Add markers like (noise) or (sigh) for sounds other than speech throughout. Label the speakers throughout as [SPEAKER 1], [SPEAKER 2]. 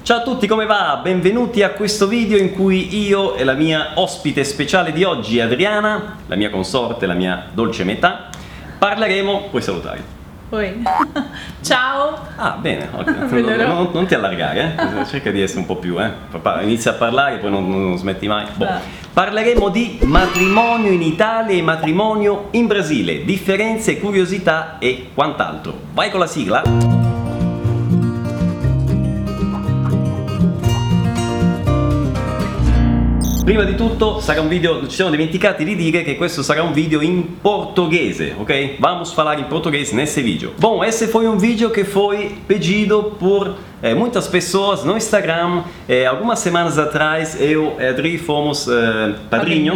[SPEAKER 1] Ciao a tutti, come va? Benvenuti a questo video in cui io e la mia ospite speciale di oggi, Adriana, la mia consorte, la mia dolce metà, parleremo... Puoi salutare.
[SPEAKER 2] Oi. (laughs) Ciao.
[SPEAKER 1] Ah, bene, ok.
[SPEAKER 2] Vedrò.
[SPEAKER 1] non, non- non ti allargare, eh. cerca di essere un po' più, eh. Papà, Inizia a parlare, poi non, non- non smetti mai. Boh.
[SPEAKER 2] Ah.
[SPEAKER 1] Parleremo di matrimonio in Italia e matrimonio in Brasile, differenze, curiosità e quant'altro. Vai con la sigla. Prima di tutto sarà un video, ci siamo dimenticati di dire che questo sarà un video in portoghese, ok? Vamos falar em português nesse vídeo. Bom, esse foi um vídeo que foi pedido por eh, muitas pessoas no Instagram. Eh, algumas semanas atrás eu e Adri fomos eh, padrinhos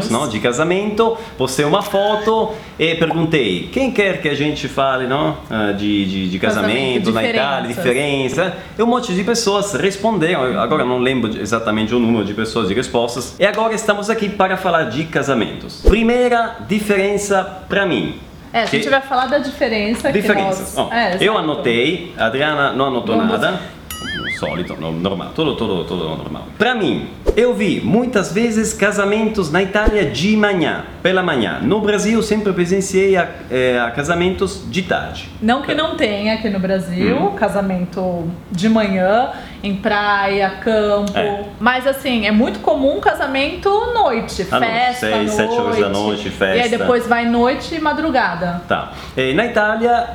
[SPEAKER 2] Padrinhos.
[SPEAKER 1] não, de casamento, postei uma foto e perguntei quem quer que a gente fale não, ah, de, de, de casamento,
[SPEAKER 2] Casamento,
[SPEAKER 1] na Itália,
[SPEAKER 2] diferenças.
[SPEAKER 1] differenza e um monte de pessoas responderam. Eu Agora não lembro exatamente o número de pessoas de respostas. E agora estamos aqui para falar de casamentos. Primeira diferença para mim.
[SPEAKER 2] É, a gente
[SPEAKER 1] Que-
[SPEAKER 2] vai falar da diferença
[SPEAKER 1] Differenza.
[SPEAKER 2] que
[SPEAKER 1] Oh,
[SPEAKER 2] nós... É,
[SPEAKER 1] eu
[SPEAKER 2] exato.
[SPEAKER 1] anotei, Adriana não anotou
[SPEAKER 2] Vamos.
[SPEAKER 1] nada. O Solito, no- normal, todo, todo, todo normal. Pra mim, eu vi muitas vezes casamentos na Itália de manhã, pela manhã. No Brasil, sempre presenciei a, eh, a casamentos de tarde.
[SPEAKER 2] Não que não tenha aqui no Brasil,
[SPEAKER 1] Uhum.
[SPEAKER 2] casamento de manhã, em praia, campo.
[SPEAKER 1] É.
[SPEAKER 2] Mas assim, é muito comum casamento noite,
[SPEAKER 1] À noite,
[SPEAKER 2] festa.
[SPEAKER 1] seis,
[SPEAKER 2] noite.
[SPEAKER 1] sete horas da noite,
[SPEAKER 2] E aí
[SPEAKER 1] festa.
[SPEAKER 2] depois vai noite e madrugada.
[SPEAKER 1] Tá. Eh, na Itália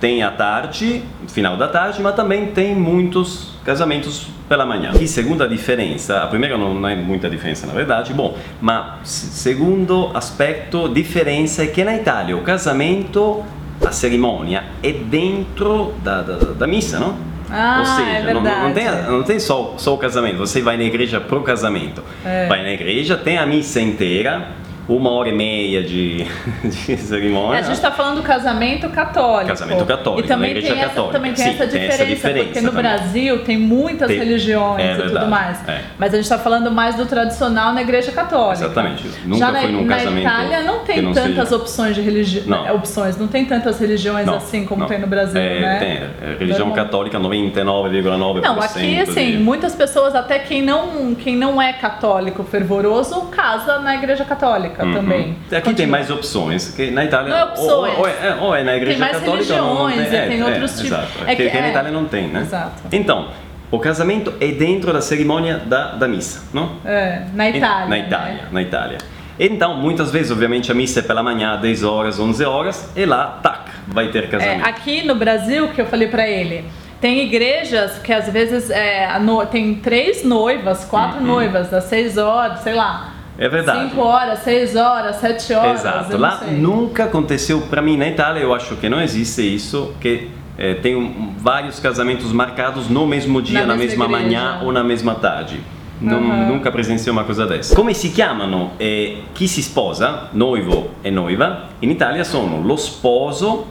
[SPEAKER 1] tem a tarde, final da tarde, mas também tem muitos casamentos pela manhã. E segunda diferença, a primeira não é muita diferença na verdade, bom, ma se- segundo aspetto, differenza è che na Itália o casamento, a cerimônia, è dentro da, da, da missa, no?
[SPEAKER 2] Ah,
[SPEAKER 1] Ou seja,
[SPEAKER 2] é
[SPEAKER 1] não,
[SPEAKER 2] verdade.
[SPEAKER 1] não tem, não tem só, só o casamento, você vai na igreja pro casamento.
[SPEAKER 2] É.
[SPEAKER 1] Vai na igreja, tem a missa inteira, uma hora e meia de, (laughs) de cerimônia.
[SPEAKER 2] É, a gente tá falando do casamento católico.
[SPEAKER 1] Casamento católico,
[SPEAKER 2] E também
[SPEAKER 1] na
[SPEAKER 2] tem,
[SPEAKER 1] igreja
[SPEAKER 2] essa,
[SPEAKER 1] católica.
[SPEAKER 2] também tem
[SPEAKER 1] Sim,
[SPEAKER 2] essa
[SPEAKER 1] tem
[SPEAKER 2] diferença,
[SPEAKER 1] essa diferença
[SPEAKER 2] porque no
[SPEAKER 1] também.
[SPEAKER 2] Brasil tem muitas
[SPEAKER 1] Tem-
[SPEAKER 2] religiões
[SPEAKER 1] é
[SPEAKER 2] e
[SPEAKER 1] verdade,
[SPEAKER 2] tudo mais.
[SPEAKER 1] é.
[SPEAKER 2] Mas a gente tá falando mais do tradicional na igreja católica.
[SPEAKER 1] Esattamente, nunca
[SPEAKER 2] Já na,
[SPEAKER 1] fui num
[SPEAKER 2] na
[SPEAKER 1] casamento
[SPEAKER 2] Itália não
[SPEAKER 1] che
[SPEAKER 2] tem
[SPEAKER 1] non
[SPEAKER 2] tantas
[SPEAKER 1] seja-
[SPEAKER 2] opções de religião.
[SPEAKER 1] Não.
[SPEAKER 2] Opções, não tem tantas religiões
[SPEAKER 1] No,
[SPEAKER 2] assim como
[SPEAKER 1] no.
[SPEAKER 2] tem no Brasil,
[SPEAKER 1] Eh,
[SPEAKER 2] né?
[SPEAKER 1] tem, eh, religião
[SPEAKER 2] Normal.
[SPEAKER 1] católica 99,9%.
[SPEAKER 2] Não, aqui assim,
[SPEAKER 1] de-
[SPEAKER 2] muitas pessoas, até quem não, quem não é católico fervoroso, casa na igreja católica
[SPEAKER 1] Uhum.
[SPEAKER 2] também.
[SPEAKER 1] Aqui tem
[SPEAKER 2] Continua.
[SPEAKER 1] mais opções, que na Itália
[SPEAKER 2] Não é opções.
[SPEAKER 1] Ou, ou é, ou é na igreja
[SPEAKER 2] Tem mais
[SPEAKER 1] católica ou não
[SPEAKER 2] religiões
[SPEAKER 1] tem,
[SPEAKER 2] e tem outros tipos.
[SPEAKER 1] Exato,
[SPEAKER 2] É
[SPEAKER 1] que,
[SPEAKER 2] que-
[SPEAKER 1] que na
[SPEAKER 2] é.
[SPEAKER 1] Itália não tem, né?
[SPEAKER 2] Exato.
[SPEAKER 1] Então, o casamento é dentro da cerimônia da, da missa, não?
[SPEAKER 2] É, na Itália.
[SPEAKER 1] Na
[SPEAKER 2] né?
[SPEAKER 1] Itália, na Itália. Então, muitas vezes, obviamente, a missa é pela manhã, 10 horas, 11 horas, e lá, tac, vai ter
[SPEAKER 2] É,
[SPEAKER 1] casamento.
[SPEAKER 2] aqui no Brasil, que eu falei pra ele, tem igrejas que às vezes é, a no- tem três noivas, quatro noivas, das seis horas, sei lá.
[SPEAKER 1] Uhum. É verdade.
[SPEAKER 2] Cinco horas, seis horas, sete horas.
[SPEAKER 1] Esatto,
[SPEAKER 2] eu
[SPEAKER 1] lá
[SPEAKER 2] não sei.
[SPEAKER 1] nunca aconteceu para mim na Itália, eu acho que não existe isso, que eh, tem um- vários casamentos marcados no mesmo dia, na,
[SPEAKER 2] Na
[SPEAKER 1] mesma,
[SPEAKER 2] mesma igreja.
[SPEAKER 1] manhã ou na mesma tarde. Nun-
[SPEAKER 2] Aham.
[SPEAKER 1] Nunca presenciei uma coisa dessa. Come si chiamano eh, chi si sposa, noivo e noiva, in Italia sono lo sposo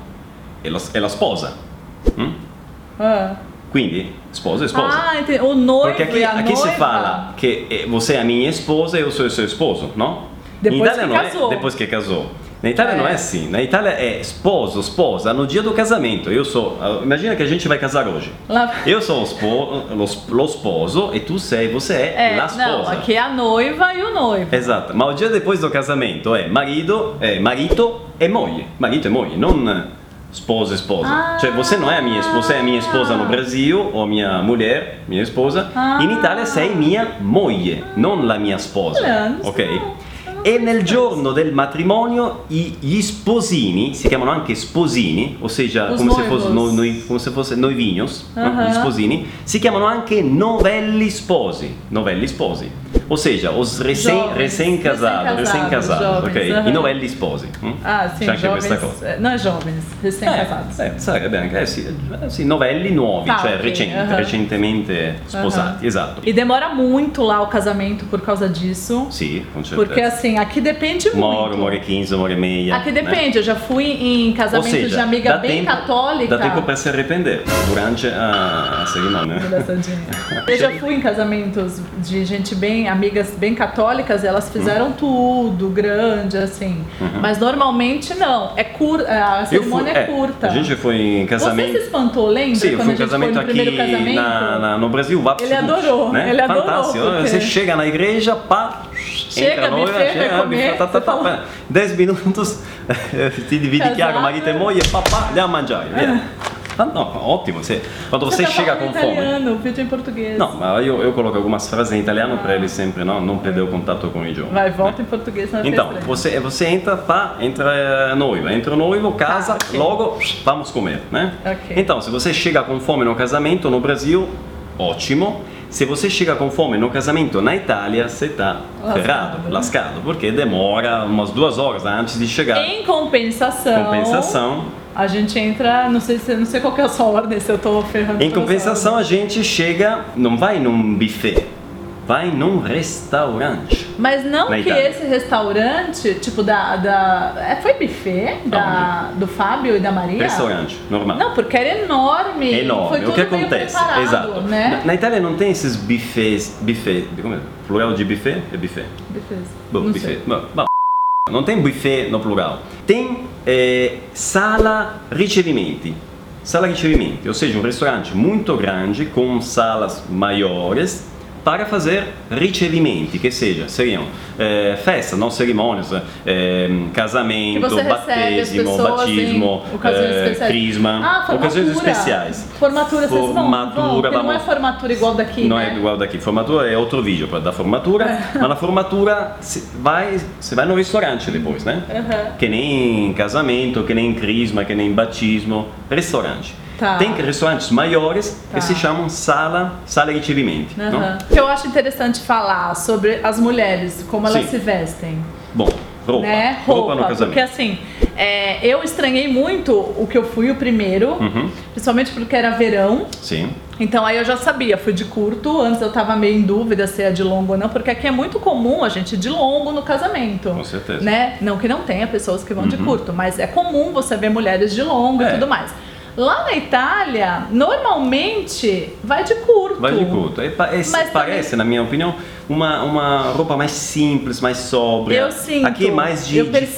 [SPEAKER 1] e, lo- e la sposa. Mm?
[SPEAKER 2] Ah.
[SPEAKER 1] Quindi sposo e sposa.
[SPEAKER 2] Ah, entendi. O noivo
[SPEAKER 1] Porque aqui,
[SPEAKER 2] e a
[SPEAKER 1] aqui
[SPEAKER 2] noiva.
[SPEAKER 1] se fala que eh, você é a minha esposa e eu sou seu esposo, não?
[SPEAKER 2] Depois
[SPEAKER 1] Na Itália
[SPEAKER 2] que
[SPEAKER 1] não
[SPEAKER 2] casou.
[SPEAKER 1] É, depois que casou. Na Itália
[SPEAKER 2] É.
[SPEAKER 1] não é assim. Na Itália é esposo, esposa, no dia do casamento. Eu sou. ah, Imagina que a gente vai casar hoje.
[SPEAKER 2] Lá-
[SPEAKER 1] Eu sou o spo- lo, sp- lo sposo e tu sei, você é,
[SPEAKER 2] É,
[SPEAKER 1] la sposa.
[SPEAKER 2] não, aqui é a noiva e o noivo.
[SPEAKER 1] Esatto, ma il giorno depois do casamento è marido, è marito e moglie, marito e moglie, non sposa e sposa.
[SPEAKER 2] Ah.
[SPEAKER 1] Cioè, você non è a minha esposa, sei a minha esposa no Brasil, ou a minha mulher, minha esposa.
[SPEAKER 2] Ah.
[SPEAKER 1] In Italia sei mia moglie, non la mia
[SPEAKER 2] Olha,
[SPEAKER 1] sposa.
[SPEAKER 2] non
[SPEAKER 1] Ok?
[SPEAKER 2] so, non
[SPEAKER 1] E
[SPEAKER 2] so
[SPEAKER 1] nel
[SPEAKER 2] questo.
[SPEAKER 1] giorno del matrimonio i- gli sposini, si chiamano anche sposini, ossia
[SPEAKER 2] Os
[SPEAKER 1] come se, fosse, no,
[SPEAKER 2] noivos.
[SPEAKER 1] noi- come se fosse noivinos, no?
[SPEAKER 2] Ah.
[SPEAKER 1] gli sposini, si chiamano anche novelli sposi, novelli sposi, ossia os recém,
[SPEAKER 2] Jovens,
[SPEAKER 1] recém casados,
[SPEAKER 2] recém-casados,
[SPEAKER 1] recém casados, ok?
[SPEAKER 2] jovens, aham.
[SPEAKER 1] I novelli sposi. hm?
[SPEAKER 2] Ah, sim,
[SPEAKER 1] C'è anche
[SPEAKER 2] jovens.
[SPEAKER 1] questa cosa.
[SPEAKER 2] eh, Não é jovens, recém-casados.
[SPEAKER 1] Eh, eh, sarebbe anche, eh sì, eh sì, novelli nuovi,
[SPEAKER 2] Ah,
[SPEAKER 1] cioè
[SPEAKER 2] ok,
[SPEAKER 1] recenti,
[SPEAKER 2] ah.
[SPEAKER 1] recentemente sposati,
[SPEAKER 2] Ah.
[SPEAKER 1] esatto.
[SPEAKER 2] E demora muito lá o casamento por causa disso.
[SPEAKER 1] Sì, con certo. certezza.
[SPEAKER 2] Porque assim, aqui depende
[SPEAKER 1] Uma hora,
[SPEAKER 2] muito.
[SPEAKER 1] uma hora e quinze, uma hora e meia. Eh.
[SPEAKER 2] Aqui
[SPEAKER 1] né?
[SPEAKER 2] depende, eu já fui em
[SPEAKER 1] Ou
[SPEAKER 2] casamentos de
[SPEAKER 1] seja,
[SPEAKER 2] amiga
[SPEAKER 1] dá
[SPEAKER 2] bem
[SPEAKER 1] tempo,
[SPEAKER 2] católica.
[SPEAKER 1] dá tempo
[SPEAKER 2] (laughs)
[SPEAKER 1] para se arrepender durante a, a cerimônia.
[SPEAKER 2] Engraçadinha. Eu já fui em casamentos de gente bem, amigas bem católicas,
[SPEAKER 1] Hum.
[SPEAKER 2] elas fizeram tudo grande, assim. Mas normalmente não. É curta, a
[SPEAKER 1] Uhum. Eu
[SPEAKER 2] cerimônia é curta.
[SPEAKER 1] A eh, gente foi em casamento.
[SPEAKER 2] Você se espantou, lembra?
[SPEAKER 1] Sim, eu
[SPEAKER 2] quando
[SPEAKER 1] fui um
[SPEAKER 2] a gente foi
[SPEAKER 1] casamento
[SPEAKER 2] no primeiro
[SPEAKER 1] aqui
[SPEAKER 2] casamento?
[SPEAKER 1] na- na- no Brasil, o Vapsut,
[SPEAKER 2] Ele adorou,
[SPEAKER 1] né?
[SPEAKER 2] ele adorou,
[SPEAKER 1] Fantástico.
[SPEAKER 2] porque- (laughs)
[SPEAKER 1] Você chega na igreja, pá,
[SPEAKER 2] Chega,
[SPEAKER 1] entra a noiva,
[SPEAKER 2] buffet, vai
[SPEAKER 1] chega,
[SPEAKER 2] comer,
[SPEAKER 1] tá, tá, tá,
[SPEAKER 2] você fala-
[SPEAKER 1] pá. 10 minutos, (laughs) ti dividi
[SPEAKER 2] Casata.
[SPEAKER 1] chiaro, marito e moglie, pá, pá, andiamo a mangiare. via. Ah, no, ottimo, se- quando você,
[SPEAKER 2] É. tá
[SPEAKER 1] chega com
[SPEAKER 2] falando
[SPEAKER 1] fome.
[SPEAKER 2] italiano, vídeo em português.
[SPEAKER 1] Não, mas eu, eu coloco algumas frases em italiano para ele sempre não, não perder o contato com o idioma.
[SPEAKER 2] Vai, volta em português na
[SPEAKER 1] Então, você, você entra, pá, entra a noiva, entra o noivo, casa,
[SPEAKER 2] Tá, ok.
[SPEAKER 1] logo vamos comer, né?
[SPEAKER 2] Ok.
[SPEAKER 1] Então, se você chega com fome no casamento no Brasil, ótimo. Se você chega com fome no casamento na Itália, você tá
[SPEAKER 2] Lascado,
[SPEAKER 1] ferrado,
[SPEAKER 2] né?
[SPEAKER 1] lascado, porque demora umas duas horas né, antes de chegar.
[SPEAKER 2] Em compensação,
[SPEAKER 1] Compensação.
[SPEAKER 2] a gente entra, não sei, se- não sei qual que é a sua ordem, se eu tô ferrando.
[SPEAKER 1] Em
[SPEAKER 2] todas as
[SPEAKER 1] compensação, a gente chega, não vai num buffet, vai num restaurante.
[SPEAKER 2] Mas não
[SPEAKER 1] Na
[SPEAKER 2] que
[SPEAKER 1] Itália.
[SPEAKER 2] esse restaurante, tipo, da. da é, foi buffet da, do Fábio e da Maria?
[SPEAKER 1] Restaurante, normal.
[SPEAKER 2] Não, porque era enorme.
[SPEAKER 1] É enorme.
[SPEAKER 2] Foi tudo
[SPEAKER 1] o que
[SPEAKER 2] meio
[SPEAKER 1] acontece?
[SPEAKER 2] preparado,
[SPEAKER 1] Exato. Na,
[SPEAKER 2] Né?
[SPEAKER 1] na Itália não tem esses buffets, buffet, como é? Plural de buffet é buffet.
[SPEAKER 2] Buffets.
[SPEAKER 1] Bom,
[SPEAKER 2] Não
[SPEAKER 1] buffet.
[SPEAKER 2] sei.
[SPEAKER 1] Bom, bom. Não tem buffet no plural. Tem eh, sala ricevimenti. Sala ricevimenti, ou seja, um restaurante muito grande com salas maiores para fazer ricevimenti, que seja, seriam eh, festa, não cerimônias, eh,
[SPEAKER 2] Que
[SPEAKER 1] casamento,
[SPEAKER 2] você recebe as
[SPEAKER 1] battesimo,
[SPEAKER 2] pessoas
[SPEAKER 1] batismo,
[SPEAKER 2] em ocasiões
[SPEAKER 1] eh,
[SPEAKER 2] especiais.
[SPEAKER 1] crisma,
[SPEAKER 2] Ah, formatura.
[SPEAKER 1] ocasiões especiais.
[SPEAKER 2] Formatura, vocês vão?
[SPEAKER 1] Formatura,
[SPEAKER 2] vão, porque não é
[SPEAKER 1] vamos-
[SPEAKER 2] formatura igual daqui,
[SPEAKER 1] Não
[SPEAKER 2] né?
[SPEAKER 1] é igual daqui, formatura é outro vídeo pra- da
[SPEAKER 2] (laughs)
[SPEAKER 1] formatura, mas na formatura se vai, se vai no restaurante depois, né?
[SPEAKER 2] Aham.
[SPEAKER 1] Que nem em casamento, que nem em crisma, que nem em batismo, restaurante.
[SPEAKER 2] Tá.
[SPEAKER 1] Tem restaurantes maiores
[SPEAKER 2] Tá.
[SPEAKER 1] que se chamam sala, sala de ricevimento,
[SPEAKER 2] Aham.
[SPEAKER 1] não?
[SPEAKER 2] O que eu acho interessante falar sobre as mulheres, como elas
[SPEAKER 1] Sim.
[SPEAKER 2] se vestem.
[SPEAKER 1] Bom, roupa,
[SPEAKER 2] né?
[SPEAKER 1] roupa no
[SPEAKER 2] Porque
[SPEAKER 1] casamento.
[SPEAKER 2] assim, é, eu estranhei muito o que eu fui o primeiro,
[SPEAKER 1] Uhum.
[SPEAKER 2] principalmente porque era verão.
[SPEAKER 1] Sim,
[SPEAKER 2] Então aí eu já sabia, fui de curto, antes eu tava meio em dúvida se é de longo ou não, porque aqui é muito comum a gente ir de longo no casamento.
[SPEAKER 1] Com certeza. Uhum.
[SPEAKER 2] Né? Não que não tenha pessoas que vão de curto, mas é comum você ver mulheres de longo
[SPEAKER 1] É.
[SPEAKER 2] e tudo mais. Lá na Itália, normalmente vai de curto.
[SPEAKER 1] vai de curto. É, pa- é-
[SPEAKER 2] Mas
[SPEAKER 1] parece, na minha opinião, uma, uma roupa mais simples, mais sóbria.
[SPEAKER 2] Eu sinto,
[SPEAKER 1] Aqui é mais de,
[SPEAKER 2] eu
[SPEAKER 1] de
[SPEAKER 2] percebo.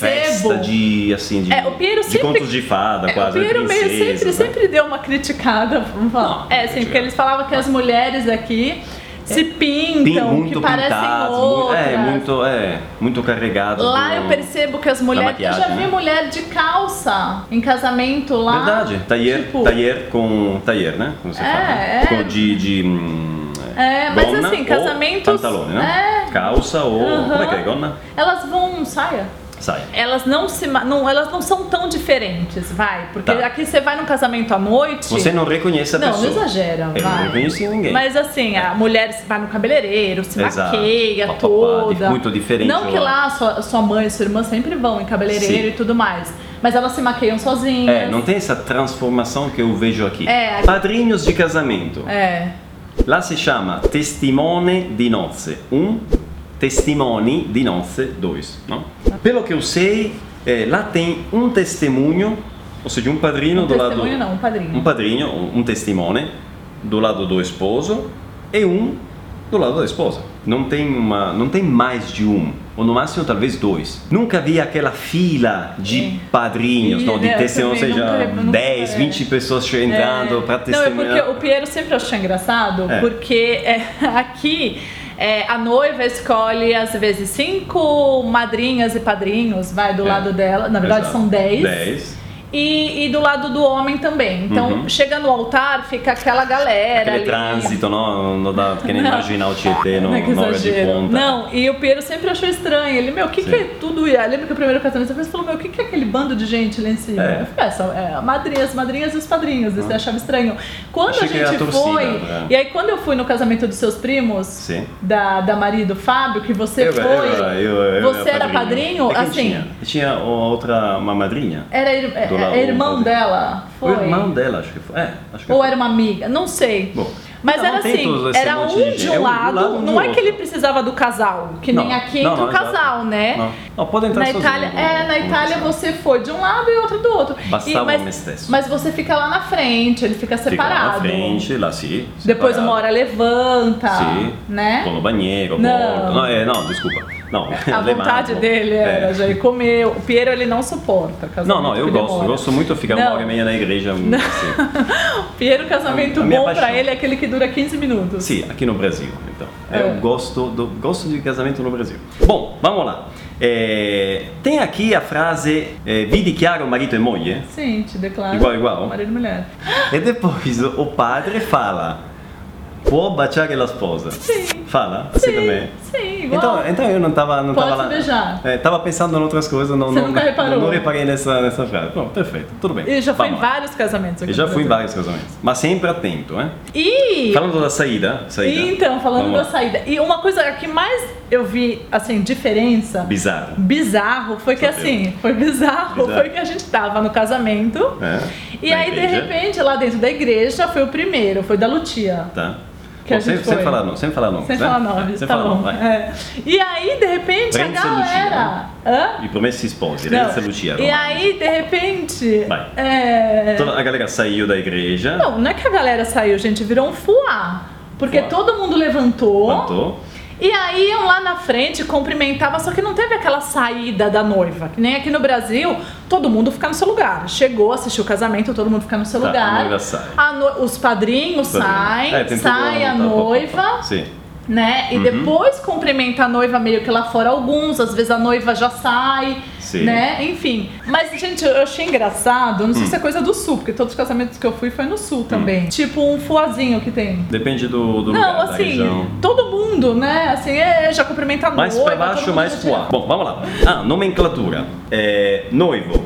[SPEAKER 1] festa, de assim, de,
[SPEAKER 2] É, o Piero
[SPEAKER 1] de
[SPEAKER 2] sempre-
[SPEAKER 1] contos de fada,
[SPEAKER 2] É,
[SPEAKER 1] quase.
[SPEAKER 2] o Piero
[SPEAKER 1] de
[SPEAKER 2] meio
[SPEAKER 1] princesas,
[SPEAKER 2] sempre,
[SPEAKER 1] né?
[SPEAKER 2] sempre deu uma criticada, vamos
[SPEAKER 1] Não,
[SPEAKER 2] falar. é,
[SPEAKER 1] criticada.
[SPEAKER 2] sim, porque eles falavam que as mulheres aqui se
[SPEAKER 1] Pin-
[SPEAKER 2] pintam,
[SPEAKER 1] muito
[SPEAKER 2] que parecem
[SPEAKER 1] pintados, mu-
[SPEAKER 2] outras.
[SPEAKER 1] é, muito, é, muito carregado.
[SPEAKER 2] Lá
[SPEAKER 1] do-
[SPEAKER 2] eu percebo que as mulheres. Eu já
[SPEAKER 1] maquiagem,
[SPEAKER 2] vi
[SPEAKER 1] né?
[SPEAKER 2] mulher de calça em casamento lá.
[SPEAKER 1] Verdade, tailleur,
[SPEAKER 2] tipo,
[SPEAKER 1] tailleur com tailleur, né? Como você
[SPEAKER 2] É,
[SPEAKER 1] fala. né?
[SPEAKER 2] é.
[SPEAKER 1] Com de, de, hum,
[SPEAKER 2] É, mas
[SPEAKER 1] gonna
[SPEAKER 2] assim,
[SPEAKER 1] ou
[SPEAKER 2] casamentos-
[SPEAKER 1] Pantalone, né?
[SPEAKER 2] é.
[SPEAKER 1] Calça ou. Como é que é?
[SPEAKER 2] Aham.
[SPEAKER 1] Gonna?
[SPEAKER 2] Elas vão saia.
[SPEAKER 1] Sai.
[SPEAKER 2] Elas não se ma- não, elas não são tão diferentes, vai. Porque
[SPEAKER 1] Tá.
[SPEAKER 2] aqui você vai num casamento à noite.
[SPEAKER 1] Você não reconhece a
[SPEAKER 2] Não, não
[SPEAKER 1] pessoa.
[SPEAKER 2] exagera,
[SPEAKER 1] Eu
[SPEAKER 2] vai.
[SPEAKER 1] não conheci ninguém.
[SPEAKER 2] Mas assim, a mulher se vai no cabeleireiro, se
[SPEAKER 1] Exato.
[SPEAKER 2] maqueia
[SPEAKER 1] Pá, pá, pá,
[SPEAKER 2] toda.
[SPEAKER 1] muito diferente
[SPEAKER 2] Não que
[SPEAKER 1] lá.
[SPEAKER 2] lá sua, sua mãe e sua irmã sempre vão em cabeleireiro
[SPEAKER 1] Sim.
[SPEAKER 2] e tudo mais. Mas elas se maquiam sozinhas.
[SPEAKER 1] É, não Eh, tem essa transformação que eu vejo aqui.
[SPEAKER 2] É.
[SPEAKER 1] Padrinhos de casamento.
[SPEAKER 2] É.
[SPEAKER 1] Lá si chiama testimone di nozze, un testimoni di nozze, dois, no? Pelo que eu sei, eh, lá tem um testemunho, ou seja, um padrinho
[SPEAKER 2] Um
[SPEAKER 1] do lado...
[SPEAKER 2] testemunho não, um padrinho.
[SPEAKER 1] Um padrinho, um um testimone, do lado do esposo e um do lado da esposa. Não tem, uma, não tem mais de um, ou no máximo talvez dois. Nunca vi aquela fila de
[SPEAKER 2] Sim.
[SPEAKER 1] padrinhos, não, de
[SPEAKER 2] Filha,
[SPEAKER 1] testemunhos, ou
[SPEAKER 2] também
[SPEAKER 1] seja,
[SPEAKER 2] nunca- nunca-
[SPEAKER 1] 10,
[SPEAKER 2] é.
[SPEAKER 1] 20 pessoas entrando para
[SPEAKER 2] Não, é
[SPEAKER 1] testemunhar.
[SPEAKER 2] porque o Piero sempre achou engraçado,
[SPEAKER 1] É.
[SPEAKER 2] porque é, (laughs) aqui é, a noiva escolhe, às vezes, cinco madrinhas e padrinhos, vai do
[SPEAKER 1] É.
[SPEAKER 2] lado dela. Na verdade,
[SPEAKER 1] Exato.
[SPEAKER 2] são dez.
[SPEAKER 1] Dez.
[SPEAKER 2] E, e do lado do homem também. Então,
[SPEAKER 1] Uhum.
[SPEAKER 2] chega no altar, fica aquela galera
[SPEAKER 1] Aquele
[SPEAKER 2] ali.
[SPEAKER 1] trânsito, não, não dá porque nem
[SPEAKER 2] Não.
[SPEAKER 1] imaginar o Tietê no,
[SPEAKER 2] Não é que
[SPEAKER 1] na hora de
[SPEAKER 2] exagero.
[SPEAKER 1] ponta.
[SPEAKER 2] Não, e o Piero sempre achou estranho. Ele, meu, o que,
[SPEAKER 1] Sim.
[SPEAKER 2] que é tudo? E aí, lembra que o primeiro casamento você fez? Ele falou, meu, o que, que é aquele bando de gente lá em cima?
[SPEAKER 1] É. Ah.
[SPEAKER 2] Eu falei, "Ah, são é, madrinhas, madrinhas e os padrinhos. E você achava estranho. Quando
[SPEAKER 1] Achei
[SPEAKER 2] a
[SPEAKER 1] que era
[SPEAKER 2] gente
[SPEAKER 1] a torcida,
[SPEAKER 2] foi.
[SPEAKER 1] né?
[SPEAKER 2] E aí, quando eu fui no casamento dos seus primos,
[SPEAKER 1] Sim.
[SPEAKER 2] da, da Maria e do Fábio, que você
[SPEAKER 1] Eu-
[SPEAKER 2] foi.
[SPEAKER 1] eu era- eu- eu
[SPEAKER 2] você era padrinho?
[SPEAKER 1] É quem
[SPEAKER 2] assim.
[SPEAKER 1] Tinha, tinha outra, uma madrinha.
[SPEAKER 2] Era ir- é-
[SPEAKER 1] Do né? lado
[SPEAKER 2] é irmão
[SPEAKER 1] do padrinho.
[SPEAKER 2] dela. Foi.
[SPEAKER 1] O irmão dela, acho que foi. É, acho que
[SPEAKER 2] Ou
[SPEAKER 1] foi.
[SPEAKER 2] era uma amiga, não sei.
[SPEAKER 1] Bom.
[SPEAKER 2] Mas
[SPEAKER 1] Não,
[SPEAKER 2] era
[SPEAKER 1] não tem
[SPEAKER 2] assim,
[SPEAKER 1] todo esse
[SPEAKER 2] era
[SPEAKER 1] monte
[SPEAKER 2] um
[SPEAKER 1] de
[SPEAKER 2] de
[SPEAKER 1] gente, é
[SPEAKER 2] um
[SPEAKER 1] um do
[SPEAKER 2] lado,
[SPEAKER 1] lado, um do
[SPEAKER 2] não é que
[SPEAKER 1] outro.
[SPEAKER 2] ele precisava do casal, que nem
[SPEAKER 1] Não,
[SPEAKER 2] aqui
[SPEAKER 1] não,
[SPEAKER 2] entra o
[SPEAKER 1] não, exato.
[SPEAKER 2] casal, né?
[SPEAKER 1] Não, Não, pode entrar
[SPEAKER 2] Na
[SPEAKER 1] sozinho,
[SPEAKER 2] Itália,
[SPEAKER 1] não-
[SPEAKER 2] é, na
[SPEAKER 1] não
[SPEAKER 2] Itália
[SPEAKER 1] precisa.
[SPEAKER 2] você foi de um lado e outro do outro.
[SPEAKER 1] Bastava
[SPEAKER 2] E- mas,
[SPEAKER 1] um estesso.
[SPEAKER 2] mas você fica lá na frente, ele fica
[SPEAKER 1] Fica lá na
[SPEAKER 2] tá separado.
[SPEAKER 1] frente, lá sim.
[SPEAKER 2] Depois
[SPEAKER 1] separado.
[SPEAKER 2] uma hora levanta,
[SPEAKER 1] Sim. Tô
[SPEAKER 2] né?
[SPEAKER 1] no banheiro,
[SPEAKER 2] Não.
[SPEAKER 1] volto. Não, é, não, desculpa. (laughs) Não,
[SPEAKER 2] A vontade
[SPEAKER 1] levanto.
[SPEAKER 2] dele era
[SPEAKER 1] É.
[SPEAKER 2] já ir comer. O Piero ele não suporta casamento.
[SPEAKER 1] Não, não, eu
[SPEAKER 2] que
[SPEAKER 1] gosto.
[SPEAKER 2] demora.
[SPEAKER 1] Gosto muito de ficar
[SPEAKER 2] Não.
[SPEAKER 1] uma hora e meia na igreja. Assim.
[SPEAKER 2] Piero, casamento
[SPEAKER 1] A minha
[SPEAKER 2] bom pra
[SPEAKER 1] paixão.
[SPEAKER 2] ele é aquele que dura 15 minutos.
[SPEAKER 1] Sim, aqui no Brasil, então.
[SPEAKER 2] É.
[SPEAKER 1] Eu gosto, do, gosto de casamento no Brasil. Bom, vamos lá. É, tem aqui a frase é, vidi chiaro marito e moglie.
[SPEAKER 2] Sim, te declaro.
[SPEAKER 1] Igual, igual.
[SPEAKER 2] Marido e mulher.
[SPEAKER 1] E depois o padre fala può baciare la sposa.
[SPEAKER 2] Sim.
[SPEAKER 1] Fala,
[SPEAKER 2] Sim,
[SPEAKER 1] você também.
[SPEAKER 2] sim, igual.
[SPEAKER 1] Então, então eu não estava não
[SPEAKER 2] Pode
[SPEAKER 1] tava lá.
[SPEAKER 2] se beijar.
[SPEAKER 1] É, tava pensando em outras coisas, não
[SPEAKER 2] Você
[SPEAKER 1] não,
[SPEAKER 2] nunca reparou.
[SPEAKER 1] não, não reparei nessa nessa frase. Bom, perfeito, tudo bem.
[SPEAKER 2] E já foi em
[SPEAKER 1] Vamos lá.
[SPEAKER 2] vários casamentos aqui.
[SPEAKER 1] Eu já
[SPEAKER 2] no
[SPEAKER 1] fui em
[SPEAKER 2] Brasil.
[SPEAKER 1] vários casamentos, mas sempre atento, né?
[SPEAKER 2] E.
[SPEAKER 1] Falando da saída, saída.
[SPEAKER 2] e então, falando
[SPEAKER 1] Vamos
[SPEAKER 2] da
[SPEAKER 1] lá.
[SPEAKER 2] saída. E uma coisa que mais eu vi, assim, diferença.
[SPEAKER 1] Bizarro.
[SPEAKER 2] Bizarro, foi que
[SPEAKER 1] Só
[SPEAKER 2] assim, foi bizarro,
[SPEAKER 1] Bizarro.
[SPEAKER 2] foi que a gente tava no casamento
[SPEAKER 1] É,
[SPEAKER 2] e
[SPEAKER 1] na
[SPEAKER 2] aí de
[SPEAKER 1] igreja.
[SPEAKER 2] repente lá dentro da igreja foi o primeiro, foi da Lutia.
[SPEAKER 1] Tá.
[SPEAKER 2] Que a
[SPEAKER 1] Bom, sem,
[SPEAKER 2] gente
[SPEAKER 1] sem
[SPEAKER 2] foi.
[SPEAKER 1] falar não, sem falar não. né?
[SPEAKER 2] Sem falar nomes, tá bom. é. E aí, de repente, a
[SPEAKER 1] Renzo e Lucia,
[SPEAKER 2] galera.
[SPEAKER 1] né?
[SPEAKER 2] Hã?
[SPEAKER 1] I promessi sposi,
[SPEAKER 2] É. Não.
[SPEAKER 1] Renzo e Lucia.
[SPEAKER 2] E
[SPEAKER 1] Roma.
[SPEAKER 2] aí, de repente.
[SPEAKER 1] Vai.
[SPEAKER 2] É...
[SPEAKER 1] Toda a galera saiu da igreja,
[SPEAKER 2] Não, não é que a galera saiu, gente, virou um fuá. Porque
[SPEAKER 1] Fuá.
[SPEAKER 2] todo mundo levantou.
[SPEAKER 1] levantou.
[SPEAKER 2] E aí iam lá na frente, cumprimentava, só que não teve aquela saída da noiva. Que nem aqui no Brasil, todo mundo fica no seu lugar. Chegou, assistiu o casamento, todo mundo fica no seu
[SPEAKER 1] Tá, a
[SPEAKER 2] lugar.
[SPEAKER 1] noiva sai.
[SPEAKER 2] A no- Os padrinhos saem,
[SPEAKER 1] É, tem tudo,
[SPEAKER 2] sai a
[SPEAKER 1] tá, pá, pá, pá.
[SPEAKER 2] noiva
[SPEAKER 1] Sim.
[SPEAKER 2] né?
[SPEAKER 1] Uhum.
[SPEAKER 2] E depois cumprimenta a noiva meio que lá fora alguns, às vezes a noiva já sai,
[SPEAKER 1] Sim.
[SPEAKER 2] né? Enfim. Mas, gente, eu achei engraçado, não
[SPEAKER 1] Hum.
[SPEAKER 2] sei se é coisa do sul, porque todos os casamentos que eu fui foi no sul também. Tipo um fuazinho que tem.
[SPEAKER 1] Depende do, do
[SPEAKER 2] Não,
[SPEAKER 1] lugar, da
[SPEAKER 2] assim,
[SPEAKER 1] região.
[SPEAKER 2] todo mundo, né? Assim, é, já cumprimenta a
[SPEAKER 1] Mais
[SPEAKER 2] noiva.
[SPEAKER 1] para
[SPEAKER 2] todo
[SPEAKER 1] baixo,
[SPEAKER 2] mundo
[SPEAKER 1] mais
[SPEAKER 2] já tira-
[SPEAKER 1] para Bom, vamos lá. Ah, nomenclatura. É, noivo,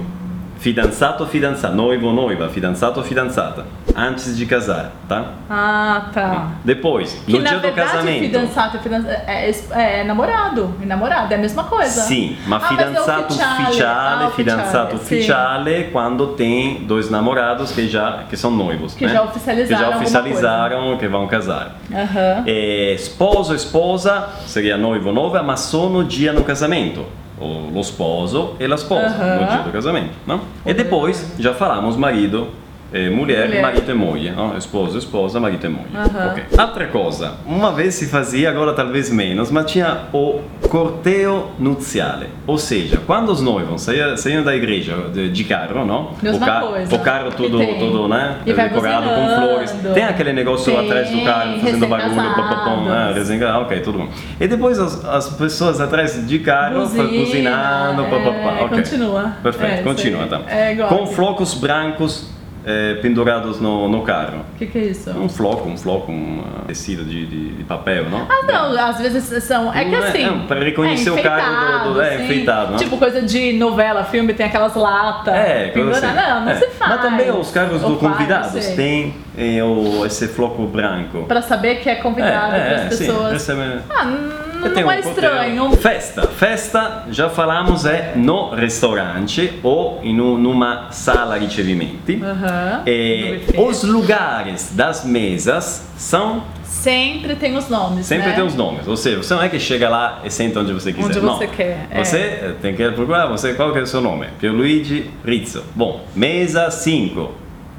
[SPEAKER 1] fidanzato, fidanzata. Noivo, noiva, fidanzato, fidanzata. Antes de casar, tá?
[SPEAKER 2] Ah, tá.
[SPEAKER 1] Depois,
[SPEAKER 2] Que
[SPEAKER 1] Hum. no
[SPEAKER 2] na
[SPEAKER 1] dia do
[SPEAKER 2] verdade, é
[SPEAKER 1] casamento.
[SPEAKER 2] fidançato e fidança- é, é, é namorado e namorada, é a mesma coisa.
[SPEAKER 1] Sim, ma
[SPEAKER 2] Ah, é
[SPEAKER 1] fidanzato ufficiale,
[SPEAKER 2] Ah, ufficiale,
[SPEAKER 1] fidanzato
[SPEAKER 2] sim.
[SPEAKER 1] ufficiale, quando tem dois namorados que já que são noivos,
[SPEAKER 2] Que
[SPEAKER 1] né?
[SPEAKER 2] já oficializaram
[SPEAKER 1] que já
[SPEAKER 2] alguma
[SPEAKER 1] oficializaram que vão casar.
[SPEAKER 2] Aham.
[SPEAKER 1] É, sposo e sposa seria noivo noiva, ma sono dia no casamento. O, lo sposo e la sposa
[SPEAKER 2] Aham.
[SPEAKER 1] no dia do casamento, não? E depois já falamos marido e mulher,
[SPEAKER 2] Mulher.
[SPEAKER 1] marido e moglie, no? sposo e sposa, marido e moglie.
[SPEAKER 2] Aham.
[SPEAKER 1] Ok. Altra cosa, uma vez se fazia, agora talvez menos, mas tinha o corteo nuziale, ou seja, quando os noivos saíam, saíam da igreja de, de carro, não?
[SPEAKER 2] Mesma
[SPEAKER 1] o, ca-
[SPEAKER 2] coisa.
[SPEAKER 1] o carro
[SPEAKER 2] Que
[SPEAKER 1] todo,
[SPEAKER 2] tem.
[SPEAKER 1] todo né?
[SPEAKER 2] E vai
[SPEAKER 1] decorado com
[SPEAKER 2] buzinando.
[SPEAKER 1] flores. Tem aquele negócio
[SPEAKER 2] Tem,
[SPEAKER 1] atrás do carro fazendo barulho, papapão, né?
[SPEAKER 2] recém-casados.
[SPEAKER 1] Desenga- ah, ok, tudo bom. E depois as, as pessoas atrás de carro
[SPEAKER 2] Buzina,
[SPEAKER 1] buzinando, pá, pá, pá.
[SPEAKER 2] é,
[SPEAKER 1] ok.
[SPEAKER 2] continua. É,
[SPEAKER 1] Perfeito,
[SPEAKER 2] isso
[SPEAKER 1] continua
[SPEAKER 2] aí.
[SPEAKER 1] então.
[SPEAKER 2] É, gosto.
[SPEAKER 1] Com flocos brancos eh, pendurados no, no carro.
[SPEAKER 2] O que, que é isso?
[SPEAKER 1] Um floco, um floco, um ah, tecido de, de, de papel, não?
[SPEAKER 2] Ah, não, às vezes são. É que
[SPEAKER 1] Não é-
[SPEAKER 2] assim.
[SPEAKER 1] é, pra reconhecer o carro do-
[SPEAKER 2] enfeitado,
[SPEAKER 1] do- é,
[SPEAKER 2] assim.
[SPEAKER 1] enfeitado, né?
[SPEAKER 2] Tipo coisa de novela, filme, tem aquelas latas.
[SPEAKER 1] É, coisa
[SPEAKER 2] pendurada.
[SPEAKER 1] assim.
[SPEAKER 2] Não, não
[SPEAKER 1] É.
[SPEAKER 2] se faz.
[SPEAKER 1] Mas também os carros
[SPEAKER 2] Ou
[SPEAKER 1] do
[SPEAKER 2] faz, não
[SPEAKER 1] convidados
[SPEAKER 2] sei.
[SPEAKER 1] têm eh, o, esse floco branco.
[SPEAKER 2] Pra saber que é convidado,
[SPEAKER 1] é,
[SPEAKER 2] para
[SPEAKER 1] é,
[SPEAKER 2] as
[SPEAKER 1] sim,
[SPEAKER 2] pessoas.
[SPEAKER 1] esse é-
[SPEAKER 2] Ah,
[SPEAKER 1] E
[SPEAKER 2] n-
[SPEAKER 1] tem
[SPEAKER 2] não
[SPEAKER 1] um
[SPEAKER 2] é
[SPEAKER 1] cocktail.
[SPEAKER 2] estranho.
[SPEAKER 1] Festa, festa, já falamos, é no restaurante ou in un- numa sala ricevimenti.
[SPEAKER 2] Ah, Aham, no
[SPEAKER 1] E
[SPEAKER 2] buffet.
[SPEAKER 1] É, os lugares das mesas são
[SPEAKER 2] Sempre tem os nomes.
[SPEAKER 1] sempre
[SPEAKER 2] né?
[SPEAKER 1] tem os nomes, ou seja, você não é que chega lá e senta onde você quiser.
[SPEAKER 2] Onde
[SPEAKER 1] não.
[SPEAKER 2] você quer, é.
[SPEAKER 1] Você eh, tem que procurar, você qual que é o seu nome? Pierluigi Rizzo. Bom, mesa 5.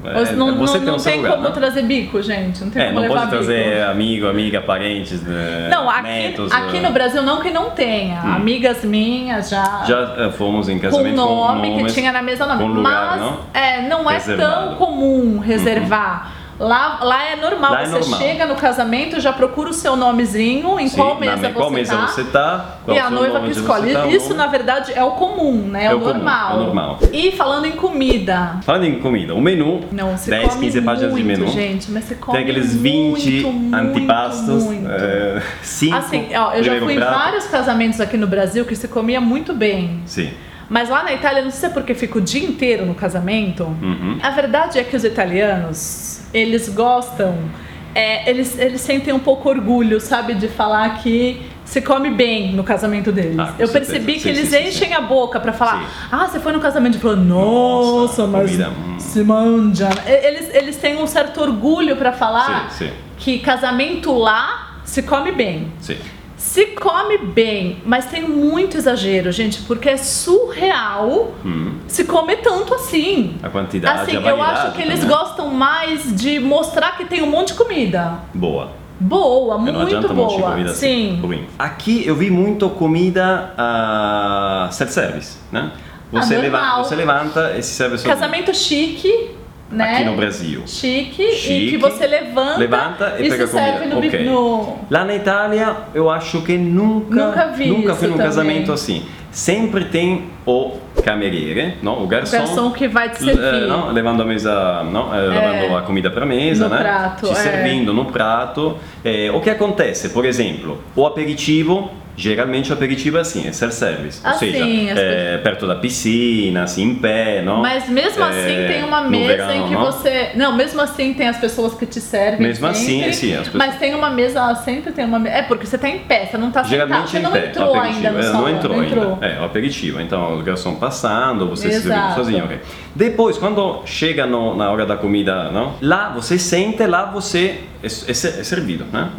[SPEAKER 2] Os-
[SPEAKER 1] Eh,
[SPEAKER 2] não
[SPEAKER 1] você
[SPEAKER 2] não-
[SPEAKER 1] tem o
[SPEAKER 2] não
[SPEAKER 1] seu
[SPEAKER 2] tem
[SPEAKER 1] lugar,
[SPEAKER 2] como
[SPEAKER 1] né?
[SPEAKER 2] trazer bico, gente. Não tem
[SPEAKER 1] É, não
[SPEAKER 2] como levar
[SPEAKER 1] pode trazer
[SPEAKER 2] bico.
[SPEAKER 1] amigo, amiga, parentes, eh,
[SPEAKER 2] Não, aqui,
[SPEAKER 1] netos,
[SPEAKER 2] aqui
[SPEAKER 1] eh.
[SPEAKER 2] no Brasil não que não tenha. Amigas minhas
[SPEAKER 1] Hum. Já eh, fomos em
[SPEAKER 2] com o
[SPEAKER 1] casamento
[SPEAKER 2] nome
[SPEAKER 1] com nomes,
[SPEAKER 2] que tinha na mesa nome.
[SPEAKER 1] com lugar,
[SPEAKER 2] Mas
[SPEAKER 1] não?
[SPEAKER 2] é, não é tão
[SPEAKER 1] Reservado. Uhum.
[SPEAKER 2] comum reservar. Lá, lá é normal,
[SPEAKER 1] Lá é
[SPEAKER 2] você
[SPEAKER 1] normal.
[SPEAKER 2] chega no casamento, já procura o seu nomezinho, em
[SPEAKER 1] Sim,
[SPEAKER 2] qual
[SPEAKER 1] na
[SPEAKER 2] mesa
[SPEAKER 1] me-
[SPEAKER 2] você
[SPEAKER 1] qual mesa
[SPEAKER 2] tá.
[SPEAKER 1] você tá, qual
[SPEAKER 2] e
[SPEAKER 1] o
[SPEAKER 2] a
[SPEAKER 1] seu
[SPEAKER 2] noiva
[SPEAKER 1] nome
[SPEAKER 2] que
[SPEAKER 1] onde
[SPEAKER 2] escolhe.
[SPEAKER 1] você tá, o
[SPEAKER 2] Isso,
[SPEAKER 1] nome.
[SPEAKER 2] na verdade, é o comum, né? É,
[SPEAKER 1] É
[SPEAKER 2] o
[SPEAKER 1] o comum,
[SPEAKER 2] normal.
[SPEAKER 1] é o normal.
[SPEAKER 2] E falando em comida.
[SPEAKER 1] Falando em comida, o menu,
[SPEAKER 2] Não, você
[SPEAKER 1] 10,
[SPEAKER 2] come
[SPEAKER 1] 15 páginas de
[SPEAKER 2] muito,
[SPEAKER 1] menu,
[SPEAKER 2] gente, mas você come
[SPEAKER 1] tem aqueles é, 20
[SPEAKER 2] muito, muito,
[SPEAKER 1] antipastos,
[SPEAKER 2] muito.
[SPEAKER 1] 5
[SPEAKER 2] Assim, ó, eu já
[SPEAKER 1] primeiro
[SPEAKER 2] fui em
[SPEAKER 1] prato.
[SPEAKER 2] vários casamentos aqui no Brasil que se comia muito bem.
[SPEAKER 1] Sim,
[SPEAKER 2] Mas lá na Itália, não sei se é porque fica o dia inteiro no casamento.
[SPEAKER 1] Uhum.
[SPEAKER 2] A verdade é que os italianos, eles gostam, é, eles, eles sentem um pouco orgulho, sabe, de falar que se come bem no casamento deles.
[SPEAKER 1] Ah, com
[SPEAKER 2] Eu
[SPEAKER 1] certeza.
[SPEAKER 2] percebi que
[SPEAKER 1] Sim,
[SPEAKER 2] eles
[SPEAKER 1] sim, sim,
[SPEAKER 2] enchem a boca pra falar:
[SPEAKER 1] Sim.
[SPEAKER 2] ah, você foi no casamento e falou, nossa,
[SPEAKER 1] Nossa,
[SPEAKER 2] mas
[SPEAKER 1] comida, hum."
[SPEAKER 2] se manja. E- Eles, eles têm um certo orgulho pra falar
[SPEAKER 1] sim, sim.
[SPEAKER 2] que casamento lá se come bem.
[SPEAKER 1] Sim.
[SPEAKER 2] Se come bem, mas tem muito exagero, gente, porque é surreal
[SPEAKER 1] Hum.
[SPEAKER 2] se comer tanto assim.
[SPEAKER 1] A quantidade,
[SPEAKER 2] Assim,
[SPEAKER 1] a
[SPEAKER 2] eu
[SPEAKER 1] variedade
[SPEAKER 2] acho que eles
[SPEAKER 1] também. né?
[SPEAKER 2] gostam mais de mostrar que tem um monte de comida.
[SPEAKER 1] Boa.
[SPEAKER 2] Boa,
[SPEAKER 1] Porque não
[SPEAKER 2] muito
[SPEAKER 1] adianta um monte de
[SPEAKER 2] boa.
[SPEAKER 1] comida assim,
[SPEAKER 2] Sim.
[SPEAKER 1] ruim. Aqui eu vi muito comida ah, self-service, né? Você,
[SPEAKER 2] Ah,
[SPEAKER 1] leva-
[SPEAKER 2] normal.
[SPEAKER 1] você levanta e se serve sozinho.
[SPEAKER 2] Casamento chique, né?
[SPEAKER 1] Aqui no Brasil.
[SPEAKER 2] Chique, e
[SPEAKER 1] Chique.
[SPEAKER 2] que você levanta,
[SPEAKER 1] Levanta e
[SPEAKER 2] e
[SPEAKER 1] pega
[SPEAKER 2] se
[SPEAKER 1] comida.
[SPEAKER 2] serve no, bi-
[SPEAKER 1] Ok.
[SPEAKER 2] no-
[SPEAKER 1] Lá na Itália, eu acho que nunca,
[SPEAKER 2] Nunca vi
[SPEAKER 1] nunca
[SPEAKER 2] isso
[SPEAKER 1] fui num
[SPEAKER 2] também.
[SPEAKER 1] casamento assim. Sempre tem o cameriere, não? o garçom,
[SPEAKER 2] garçom que vai te
[SPEAKER 1] eh,
[SPEAKER 2] servir.
[SPEAKER 1] não? levando a mesa, não? Eh, levando a comida para a mesa,
[SPEAKER 2] No
[SPEAKER 1] né?
[SPEAKER 2] prato,
[SPEAKER 1] Ci
[SPEAKER 2] é.
[SPEAKER 1] servindo no prato. Eh, o que acontece, por exemplo, o aperitivo, geralmente o aperitivo é assim, é self-service, ou
[SPEAKER 2] Assim,
[SPEAKER 1] seja,
[SPEAKER 2] as
[SPEAKER 1] eh, perto da piscina, assim, em pé, não?
[SPEAKER 2] Mas mesmo assim
[SPEAKER 1] Eh,
[SPEAKER 2] tem uma
[SPEAKER 1] no
[SPEAKER 2] mesa
[SPEAKER 1] verão,
[SPEAKER 2] em que
[SPEAKER 1] não?
[SPEAKER 2] você. Não, mesmo assim tem as pessoas que te servem.
[SPEAKER 1] Mesmo assim,
[SPEAKER 2] sempre,
[SPEAKER 1] sim, as pessoas-
[SPEAKER 2] Mas tem uma mesa, ela sempre tem uma mesa. É porque você tá em pé, você não tá sentado,
[SPEAKER 1] Geralmente
[SPEAKER 2] você
[SPEAKER 1] em
[SPEAKER 2] não
[SPEAKER 1] pé,
[SPEAKER 2] entrou
[SPEAKER 1] o
[SPEAKER 2] ainda
[SPEAKER 1] aperitivo.
[SPEAKER 2] no
[SPEAKER 1] É,
[SPEAKER 2] salão.
[SPEAKER 1] não entrou ainda. É, o aperitivo. Então, o garçom passando, você se servindo
[SPEAKER 2] Exato.
[SPEAKER 1] sozinho. ok. Depois, quando chega no- na hora da comida, não? lá você sente, lá você é, é ser- é servido. Né?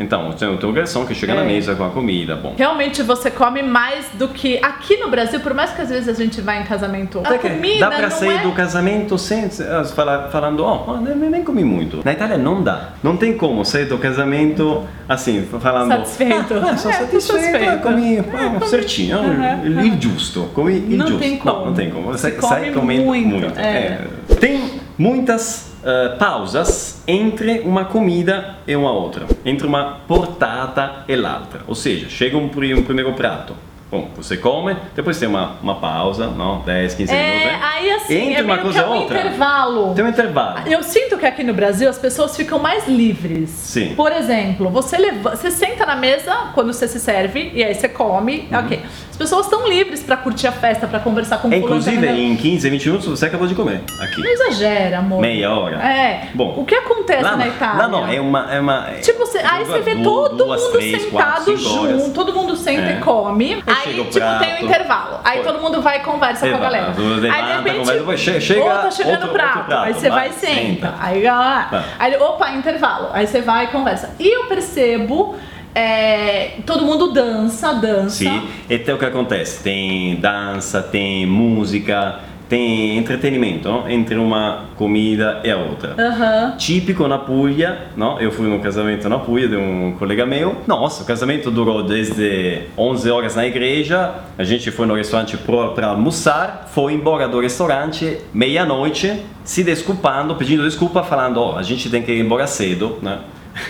[SPEAKER 1] Então, tem o teu garçom que chega na
[SPEAKER 2] Uhum. É.
[SPEAKER 1] mesa com a comida. Bom,
[SPEAKER 2] Realmente você come mais do que aqui no Brasil, por mais que às vezes a gente vá em casamento. A
[SPEAKER 1] Perché
[SPEAKER 2] comida
[SPEAKER 1] dá pra
[SPEAKER 2] não
[SPEAKER 1] sair
[SPEAKER 2] é
[SPEAKER 1] do casamento sem eh, fala- falando, ó, oh, nem, nem comi muito. Na Itália não dá. Não tem como sair do casamento assim, falando. (laughs)
[SPEAKER 2] satisfeito.
[SPEAKER 1] Ah, sono
[SPEAKER 2] É,
[SPEAKER 1] satisfeito,
[SPEAKER 2] tô satisfeito.
[SPEAKER 1] comi ah, certinho, é
[SPEAKER 2] Uhum.
[SPEAKER 1] il, il giusto, comi il
[SPEAKER 2] É, Não
[SPEAKER 1] giusto.
[SPEAKER 2] tem como.
[SPEAKER 1] Não, não tem como,
[SPEAKER 2] Se
[SPEAKER 1] sai,
[SPEAKER 2] come
[SPEAKER 1] sai comendo muito.
[SPEAKER 2] muito,
[SPEAKER 1] é.
[SPEAKER 2] é.
[SPEAKER 1] Tem muitas eh, pausas entre uma comida e uma outra, entre uma portata e l'altra, ou seja, chega um, pri- um primeiro prato, bom, você come, depois tem uma, uma pausa, não, 10, 15 minutos,
[SPEAKER 2] É,
[SPEAKER 1] né?
[SPEAKER 2] aí assim,
[SPEAKER 1] Entre
[SPEAKER 2] é
[SPEAKER 1] uma
[SPEAKER 2] meio
[SPEAKER 1] coisa
[SPEAKER 2] que é um
[SPEAKER 1] e outra.
[SPEAKER 2] intervalo.
[SPEAKER 1] tem um intervalo.
[SPEAKER 2] Ah, Eu sinto que aqui no Brasil as pessoas ficam mais livres.
[SPEAKER 1] Sim.
[SPEAKER 2] Por exemplo, você, leva, você senta na mesa quando você se serve e aí você come,
[SPEAKER 1] Uhum.
[SPEAKER 2] ok. As pessoas estão livres pra curtir a festa, pra conversar com o
[SPEAKER 1] É,
[SPEAKER 2] fulano,
[SPEAKER 1] inclusive,
[SPEAKER 2] tá vendo?
[SPEAKER 1] em 15, 20 minutos você acabou de comer, aqui.
[SPEAKER 2] Não exagera, amor.
[SPEAKER 1] Meia hora.
[SPEAKER 2] É.
[SPEAKER 1] Bom,
[SPEAKER 2] o que acontece
[SPEAKER 1] Lá,
[SPEAKER 2] na
[SPEAKER 1] não,
[SPEAKER 2] Itália?
[SPEAKER 1] lá não, é uma... É uma
[SPEAKER 2] Tipo, você- aí você vê todo
[SPEAKER 1] Duas,
[SPEAKER 2] mundo
[SPEAKER 1] três,
[SPEAKER 2] sentado
[SPEAKER 1] quatro, cinco horas.
[SPEAKER 2] junto, todo mundo senta
[SPEAKER 1] É.
[SPEAKER 2] e come.
[SPEAKER 1] Aí
[SPEAKER 2] aí,
[SPEAKER 1] chega o
[SPEAKER 2] tipo, tem
[SPEAKER 1] prato.
[SPEAKER 2] um intervalo. Aí
[SPEAKER 1] Foi.
[SPEAKER 2] todo mundo vai e conversa com a
[SPEAKER 1] Exato.
[SPEAKER 2] galera.
[SPEAKER 1] Todo mundo levanta,
[SPEAKER 2] aí, de repente,
[SPEAKER 1] conversa, vai, che- chega
[SPEAKER 2] ou tá chegando
[SPEAKER 1] outro-
[SPEAKER 2] o prato,
[SPEAKER 1] outro prato,
[SPEAKER 2] Aí você
[SPEAKER 1] vai,
[SPEAKER 2] vai e senta.
[SPEAKER 1] senta. Tá.
[SPEAKER 2] Aí,
[SPEAKER 1] Vai.
[SPEAKER 2] ah, aí, opa, intervalo. Aí você vai e conversa. E eu percebo, é, todo mundo dança, dança.
[SPEAKER 1] Sim, e tem o que acontece? Tem dança, tem música, tem entretenimento não? entre uma comida e a outra.
[SPEAKER 2] Aham.
[SPEAKER 1] Típico na Puglia, não? eu fui num casamento na Puglia de um colega meu. Nossa, o casamento durou desde 11 horas na igreja. A gente foi no restaurante para almoçar, foi embora do restaurante meia-noite, se desculpando, pedindo desculpa, falando: ó, a gente tem que ir embora cedo, né?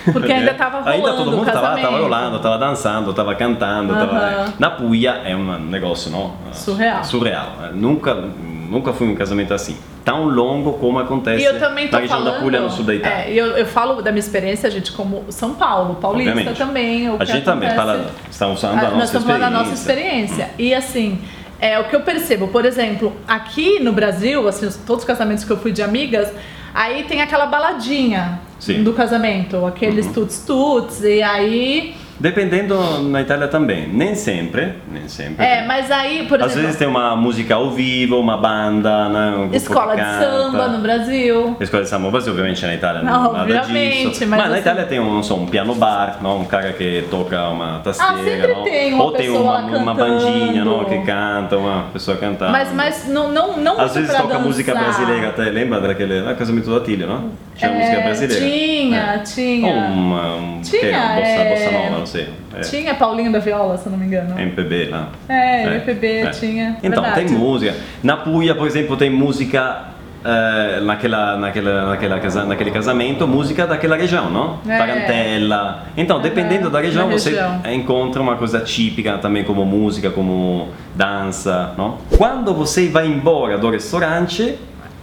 [SPEAKER 2] Porque ainda
[SPEAKER 1] (laughs)
[SPEAKER 2] tava
[SPEAKER 1] Ainda todo
[SPEAKER 2] rolando o
[SPEAKER 1] mundo tava, tava
[SPEAKER 2] casamento.
[SPEAKER 1] rolando, tava dançando, tava cantando, tava...
[SPEAKER 2] Aham.
[SPEAKER 1] Na Puglia é um negócio, não?
[SPEAKER 2] Surreal.
[SPEAKER 1] Surreal. Nunca, nunca fui em um casamento assim. Tão longo como acontece
[SPEAKER 2] E eu também tô
[SPEAKER 1] na região
[SPEAKER 2] falando.
[SPEAKER 1] da Puglia, no sul da Itália.
[SPEAKER 2] É, e eu, eu falo da minha experiência, gente, como São Paulo, paulista
[SPEAKER 1] Obviamente.
[SPEAKER 2] também. é O
[SPEAKER 1] A
[SPEAKER 2] que
[SPEAKER 1] gente também
[SPEAKER 2] acontece-
[SPEAKER 1] fala, está usando
[SPEAKER 2] Ah,
[SPEAKER 1] a
[SPEAKER 2] nós
[SPEAKER 1] nossa
[SPEAKER 2] estamos falando da nossa experiência. E assim, é o que eu percebo, por exemplo, aqui no Brasil, assim, os- todos os casamentos que eu fui de amigas, aí tem aquela baladinha
[SPEAKER 1] Sim. Uhum.
[SPEAKER 2] do casamento, aqueles tuts-tuts, e aí.
[SPEAKER 1] Dependendo na Itália também, nem sempre, nem sempre.
[SPEAKER 2] É, mas aí, por
[SPEAKER 1] Uhum. Às
[SPEAKER 2] exemplo,
[SPEAKER 1] vezes tem uma música ao vivo, uma banda, né? um grupo
[SPEAKER 2] escola
[SPEAKER 1] que
[SPEAKER 2] de samba
[SPEAKER 1] canta.
[SPEAKER 2] no Brasil.
[SPEAKER 1] Le scuole di samba, poi ovviamente na Itália
[SPEAKER 2] No,
[SPEAKER 1] não, há nada
[SPEAKER 2] ovviamente,
[SPEAKER 1] disso.
[SPEAKER 2] mas
[SPEAKER 1] na
[SPEAKER 2] assim-
[SPEAKER 1] Itália tem um, não so, um piano bar, no? um cara che toca uma tastiera,
[SPEAKER 2] Ah, sempre
[SPEAKER 1] no?
[SPEAKER 2] tem uma
[SPEAKER 1] ou tem
[SPEAKER 2] pessoa
[SPEAKER 1] uma,
[SPEAKER 2] lá
[SPEAKER 1] uma bandinha no?
[SPEAKER 2] cantando.
[SPEAKER 1] che canta, uma pessoa cantando.
[SPEAKER 2] Mas, mas não, não, não
[SPEAKER 1] Ah. Às
[SPEAKER 2] muito
[SPEAKER 1] vezes
[SPEAKER 2] pra
[SPEAKER 1] toca música
[SPEAKER 2] dançar.
[SPEAKER 1] brasileira, até lembra daquele ah, casamento do Atílio, não? Tinha música
[SPEAKER 2] É,
[SPEAKER 1] brasileira.
[SPEAKER 2] Tinha,
[SPEAKER 1] É.
[SPEAKER 2] tinha.
[SPEAKER 1] Ou uma, um,
[SPEAKER 2] Tinha,
[SPEAKER 1] que era? bossa,
[SPEAKER 2] é.
[SPEAKER 1] bossa nova, Eh, não sei. É.
[SPEAKER 2] Tinha Paulinho da Viola, se eu não me engano.
[SPEAKER 1] MPB, lá.
[SPEAKER 2] É, MPB
[SPEAKER 1] Eh,
[SPEAKER 2] tinha.
[SPEAKER 1] Então,
[SPEAKER 2] verdade.
[SPEAKER 1] tem música. Na Puglia, por exemplo, tem música eh, naquela, naquela, naquela casa, naquele casamento, música daquela região, não?
[SPEAKER 2] É.
[SPEAKER 1] Tarantella. Então,
[SPEAKER 2] Aham,
[SPEAKER 1] dependendo da região,
[SPEAKER 2] da
[SPEAKER 1] você
[SPEAKER 2] região.
[SPEAKER 1] encontra uma coisa típica também como música, como dança, não? Quando você vai embora do restaurante,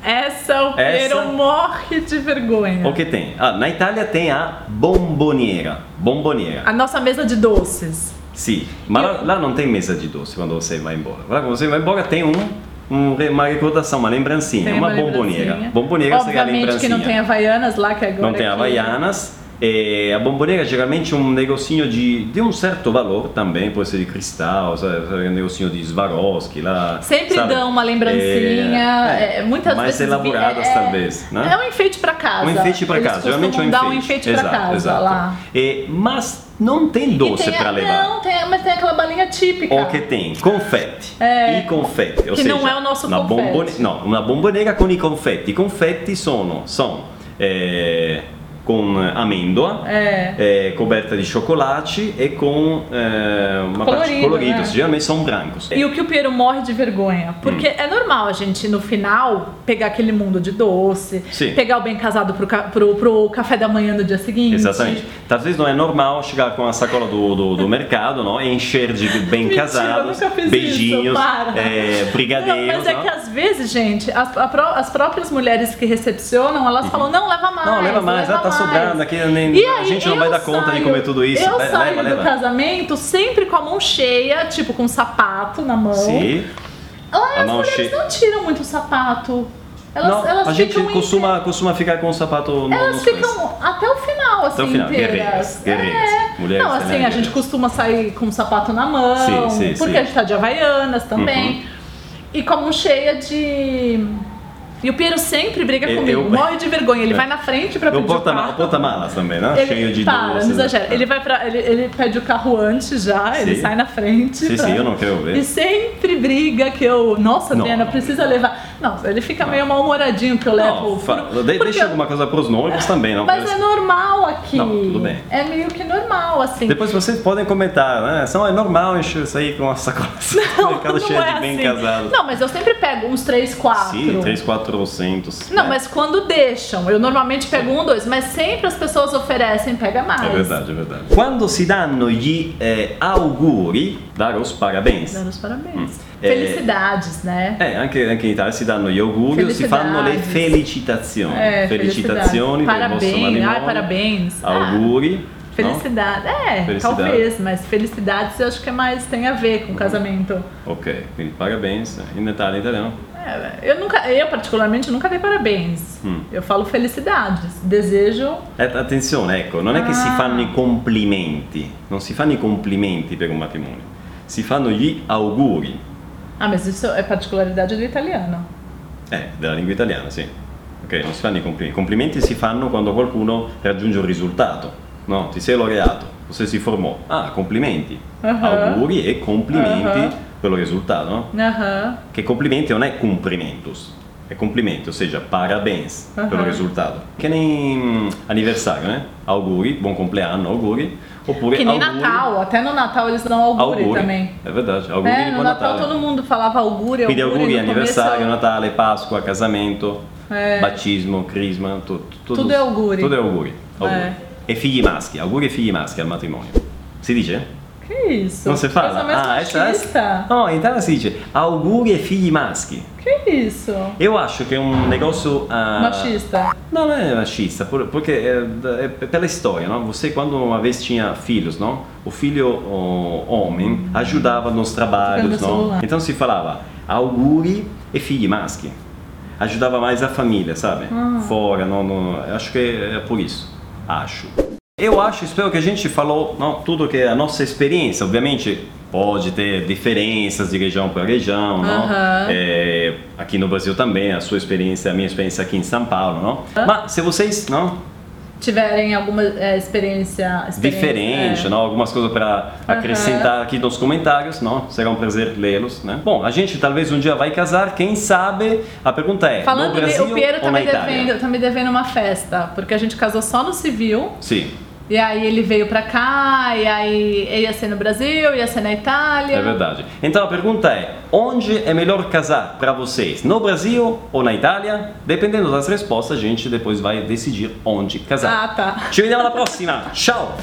[SPEAKER 2] Essa o
[SPEAKER 1] Essa-
[SPEAKER 2] Pedro morre de vergonha.
[SPEAKER 1] o que tem? Ah, na Itália tem a bomboniera. Bomboniera.
[SPEAKER 2] A nossa mesa de doces.
[SPEAKER 1] Sì, ma lá, lá não tem mesa de doce quando você vai embora. Lá quando você vai embora tem um, um re- uma recordação, uma lembrancinha,
[SPEAKER 2] Tem
[SPEAKER 1] uma,
[SPEAKER 2] lembrancinha.
[SPEAKER 1] bomboniera. Bomboniera seria a
[SPEAKER 2] Obviamente
[SPEAKER 1] lembrancinha.
[SPEAKER 2] que é não tem Havaianas lá, que agora
[SPEAKER 1] Não tem
[SPEAKER 2] que-
[SPEAKER 1] havaianas, E a bombonera é geralmente um negocinho de, de um certo valor também, pode ser de cristal, sabe, sabe, um negocinho de Swarovski lá.
[SPEAKER 2] Sempre
[SPEAKER 1] sabe? Eh,
[SPEAKER 2] dão uma lembrancinha, é, muitas
[SPEAKER 1] mais
[SPEAKER 2] vezes.
[SPEAKER 1] elaboradas
[SPEAKER 2] é-
[SPEAKER 1] talvez, né?
[SPEAKER 2] É um enfeite pra casa.
[SPEAKER 1] Um enfeite para
[SPEAKER 2] Eles
[SPEAKER 1] casa, geralmente é um
[SPEAKER 2] costumam
[SPEAKER 1] enfeite.
[SPEAKER 2] dar um enfeite
[SPEAKER 1] exato,
[SPEAKER 2] pra casa
[SPEAKER 1] exato.
[SPEAKER 2] lá.
[SPEAKER 1] E- mas não tem
[SPEAKER 2] E
[SPEAKER 1] doce
[SPEAKER 2] tem um a-
[SPEAKER 1] para levar.
[SPEAKER 2] Não, tem, mas tem aquela balinha típica.
[SPEAKER 1] O que tem? Confetti.
[SPEAKER 2] É.
[SPEAKER 1] I confetti. ou
[SPEAKER 2] Che
[SPEAKER 1] seja,
[SPEAKER 2] non è un nostro
[SPEAKER 1] una
[SPEAKER 2] confetti.
[SPEAKER 1] bombone- no, una bombonera con i confetti. I confetti sono, son, eh, con amendoa,
[SPEAKER 2] É.
[SPEAKER 1] eh, coperta di cioccolati e con eh, una parte
[SPEAKER 2] Colorido,
[SPEAKER 1] colorito,
[SPEAKER 2] eh.
[SPEAKER 1] si chiama son brancos.
[SPEAKER 2] E o que o Piero morre de vergonha?
[SPEAKER 1] Hum.
[SPEAKER 2] Porque é normal a gente, no final, pegar aquele mundo de doce,
[SPEAKER 1] Sim.
[SPEAKER 2] pegar o bem casado pro, ca- pro, pro café da manhã do dia seguinte.
[SPEAKER 1] Esattamente. Talvez não é normal chegar com a sacola do, do, do mercado não? e encher de bem
[SPEAKER 2] Mentira,
[SPEAKER 1] casados,
[SPEAKER 2] eu nunca fiz isso,
[SPEAKER 1] beijinhos,
[SPEAKER 2] para.
[SPEAKER 1] eh, brigadeiros.
[SPEAKER 2] Não, mas é
[SPEAKER 1] não?
[SPEAKER 2] que às vezes, gente, as, a pró- as próprias mulheres que recepcionam, elas falam, não, leva mais.
[SPEAKER 1] Uhum. Não, leva mais, ah, tá sobrando aqui, nem-
[SPEAKER 2] E
[SPEAKER 1] a
[SPEAKER 2] aí,
[SPEAKER 1] gente não
[SPEAKER 2] eu
[SPEAKER 1] vai dar conta de
[SPEAKER 2] saio-
[SPEAKER 1] comer tudo isso.
[SPEAKER 2] Eu
[SPEAKER 1] Le-
[SPEAKER 2] saio
[SPEAKER 1] leva,
[SPEAKER 2] do
[SPEAKER 1] leva.
[SPEAKER 2] casamento sempre com a mão cheia, tipo, com um sapato na mão.
[SPEAKER 1] Sim.
[SPEAKER 2] Lá,
[SPEAKER 1] A
[SPEAKER 2] as
[SPEAKER 1] mão
[SPEAKER 2] mulheres
[SPEAKER 1] cheia.
[SPEAKER 2] não tiram muito o sapato. Elas,
[SPEAKER 1] não,
[SPEAKER 2] elas
[SPEAKER 1] a gente
[SPEAKER 2] ficam em-
[SPEAKER 1] costuma, costuma ficar com o sapato no
[SPEAKER 2] Elas
[SPEAKER 1] nos pés.
[SPEAKER 2] ficam até o final, assim,
[SPEAKER 1] Até o final,
[SPEAKER 2] inteiras.
[SPEAKER 1] guerreiras, guerreiras.
[SPEAKER 2] É.
[SPEAKER 1] Mulheres também,
[SPEAKER 2] não, assim, a
[SPEAKER 1] guerreiras.
[SPEAKER 2] gente costuma sair com o sapato na mão,
[SPEAKER 1] Sim, sim, Uhum.
[SPEAKER 2] porque
[SPEAKER 1] sim.
[SPEAKER 2] a gente tá de Havaianas também. E com a mão cheia de. E o Piero sempre briga
[SPEAKER 1] Eu-
[SPEAKER 2] comigo,
[SPEAKER 1] eu- (laughs)
[SPEAKER 2] morre de vergonha. Ele
[SPEAKER 1] É.
[SPEAKER 2] vai na frente pra
[SPEAKER 1] O
[SPEAKER 2] pedir o
[SPEAKER 1] porta-ma- o
[SPEAKER 2] carro.
[SPEAKER 1] porta-malas também, né?
[SPEAKER 2] Ele,
[SPEAKER 1] Cheio de
[SPEAKER 2] para,
[SPEAKER 1] doces,
[SPEAKER 2] não exagera.
[SPEAKER 1] né?
[SPEAKER 2] Ele vai pra. Ele, ele pede o carro antes já, ele
[SPEAKER 1] Sim.
[SPEAKER 2] sai na frente.
[SPEAKER 1] Sim,
[SPEAKER 2] pra-
[SPEAKER 1] sim, eu não quero
[SPEAKER 2] E
[SPEAKER 1] ver.
[SPEAKER 2] sempre briga que eu. Nossa,
[SPEAKER 1] Não,
[SPEAKER 2] Adriana,
[SPEAKER 1] não,
[SPEAKER 2] precisa levar. Não, ele fica meio mal-humoradinho que eu levo.
[SPEAKER 1] Não, fa-
[SPEAKER 2] por-
[SPEAKER 1] de-
[SPEAKER 2] porque
[SPEAKER 1] deixa
[SPEAKER 2] eu-
[SPEAKER 1] alguma coisa pros noivos também, não?
[SPEAKER 2] mas é normal aqui.
[SPEAKER 1] Não, tudo bem.
[SPEAKER 2] É meio que normal, assim.
[SPEAKER 1] Depois vocês podem comentar, né? São, é normal encher sair com a sacola (laughs) do mercado cheia de bem casados.
[SPEAKER 2] é assim. Não, mas eu sempre pego uns três, quatro.
[SPEAKER 1] Sim, é. né? 3, 400.
[SPEAKER 2] Não, mas quando deixam, eu normalmente pego um, dois, mas sempre as pessoas oferecem, pega mais.
[SPEAKER 1] È É verdade, è verdade. Quando si danno gli eh, auguri, dare os parabéns.
[SPEAKER 2] Dando os parabéns.
[SPEAKER 1] É.
[SPEAKER 2] Felicidades, né?
[SPEAKER 1] Eh, anche, anche in Italia si danno gli auguri, si fanno le felicitazioni.
[SPEAKER 2] É,
[SPEAKER 1] Hum. felicitazioni per
[SPEAKER 2] felicidades.
[SPEAKER 1] il vostro
[SPEAKER 2] Parabéns,
[SPEAKER 1] matrimonio.
[SPEAKER 2] ai, parabéns. Ah,
[SPEAKER 1] Auguri. no?
[SPEAKER 2] Felicidade, é,
[SPEAKER 1] Felicidade. Hum.
[SPEAKER 2] talvez, mas felicidades eu acho que é mais tem a ver com casamento.
[SPEAKER 1] Ok, quindi parabéns. In Italia, in italiano.
[SPEAKER 2] É, Eu nunca, eu particularmente nunca dei parabéns.
[SPEAKER 1] Hum.
[SPEAKER 2] Eu falo felicidades, desejo.
[SPEAKER 1] Eh, attenzione, ecco, non è che si
[SPEAKER 2] Ah.
[SPEAKER 1] fanno i complimenti, non si fanno i complimenti per un matrimonio, si fanno gli auguri.
[SPEAKER 2] Ah, mas isso é particularidade do italiano.
[SPEAKER 1] Eh, della lingua italiana, sì. Ok, non si fanno i complimenti. I complimenti si fanno quando qualcuno raggiunge un risultato. No, ti sei laureato, o se si formò. Ah, complimenti.
[SPEAKER 2] Ah.
[SPEAKER 1] Auguri e complimenti
[SPEAKER 2] Ah.
[SPEAKER 1] per il risultato, no?
[SPEAKER 2] Aham.
[SPEAKER 1] Che complimenti non è cumprimentus, è complimento, ossia parabéns
[SPEAKER 2] Ah.
[SPEAKER 1] per il risultato. Che nei mm, anniversario, eh? Auguri, buon compleanno, auguri. Oppure
[SPEAKER 2] Que nem
[SPEAKER 1] auguri,
[SPEAKER 2] Natal, até no Natal eles dão auguri,
[SPEAKER 1] auguri.
[SPEAKER 2] também.
[SPEAKER 1] È verdade, auguri
[SPEAKER 2] É,
[SPEAKER 1] di
[SPEAKER 2] no
[SPEAKER 1] buon
[SPEAKER 2] Natal,
[SPEAKER 1] Natale.
[SPEAKER 2] todo mundo falava auguri,
[SPEAKER 1] Quindi
[SPEAKER 2] auguri,
[SPEAKER 1] auguri, né?
[SPEAKER 2] no começo-
[SPEAKER 1] anniversario, Natale, Pasqua, casamento,
[SPEAKER 2] Eh.
[SPEAKER 1] baptismo, crisma, tutto.
[SPEAKER 2] Tudo è auguri.
[SPEAKER 1] Tutto è auguri. auguri.
[SPEAKER 2] Eh.
[SPEAKER 1] E figli maschi, auguri e figli maschi al matrimonio. Si dice?
[SPEAKER 2] Que isso?
[SPEAKER 1] Non si
[SPEAKER 2] Coisa
[SPEAKER 1] fa.
[SPEAKER 2] mais
[SPEAKER 1] é
[SPEAKER 2] machista.
[SPEAKER 1] No, in Italia si dice auguri e figli maschi.
[SPEAKER 2] Que isso?
[SPEAKER 1] Io acho che è un negozio... ah,
[SPEAKER 2] Machista.
[SPEAKER 1] Não, não é machista, por- porque é, é pela história, não? Você quando uma vez tinha filhos, não? O filho o homem ajudava nos trabalhos,
[SPEAKER 2] Tocando o
[SPEAKER 1] não?
[SPEAKER 2] celular.
[SPEAKER 1] Então se falava auguri e filho maschi. Ajudava mais a família, sabe? Fora, não, não, acho que é por isso. Acho. Eu acho, espero que a gente falou não, tudo que é a nossa experiência, obviamente pode ter diferenças de região para região, não?
[SPEAKER 2] Aham.
[SPEAKER 1] É, aqui no Brasil também, a sua experiência, a minha experiência aqui em São Paulo, não? Mas se vocês, não,
[SPEAKER 2] Tiverem alguma é, experiência, experiência
[SPEAKER 1] diferente, né?
[SPEAKER 2] é.
[SPEAKER 1] não, algumas coisas para
[SPEAKER 2] Aham.
[SPEAKER 1] acrescentar aqui nos comentários, não, será um prazer lê-los, né? Bom, a gente talvez um dia vai casar, quem sabe? A pergunta é,
[SPEAKER 2] Falando
[SPEAKER 1] no
[SPEAKER 2] de,
[SPEAKER 1] Brasil
[SPEAKER 2] o Piero
[SPEAKER 1] ou
[SPEAKER 2] tá
[SPEAKER 1] na
[SPEAKER 2] me,
[SPEAKER 1] Itália?
[SPEAKER 2] devendo, tá me devendo uma festa, porque a gente casou só no civil.
[SPEAKER 1] Sim,
[SPEAKER 2] E aí ele veio pra cá, e aí ia ser no Brasil, ia ser na Itália.
[SPEAKER 1] é verdade. Então a pergunta é, onde é melhor casar para vocês? No Brasil ou na Itália? Dependendo das respostas, a gente depois vai decidir onde casar.
[SPEAKER 2] Ah, tá.
[SPEAKER 1] Ci vediamo alla prossima, ciao!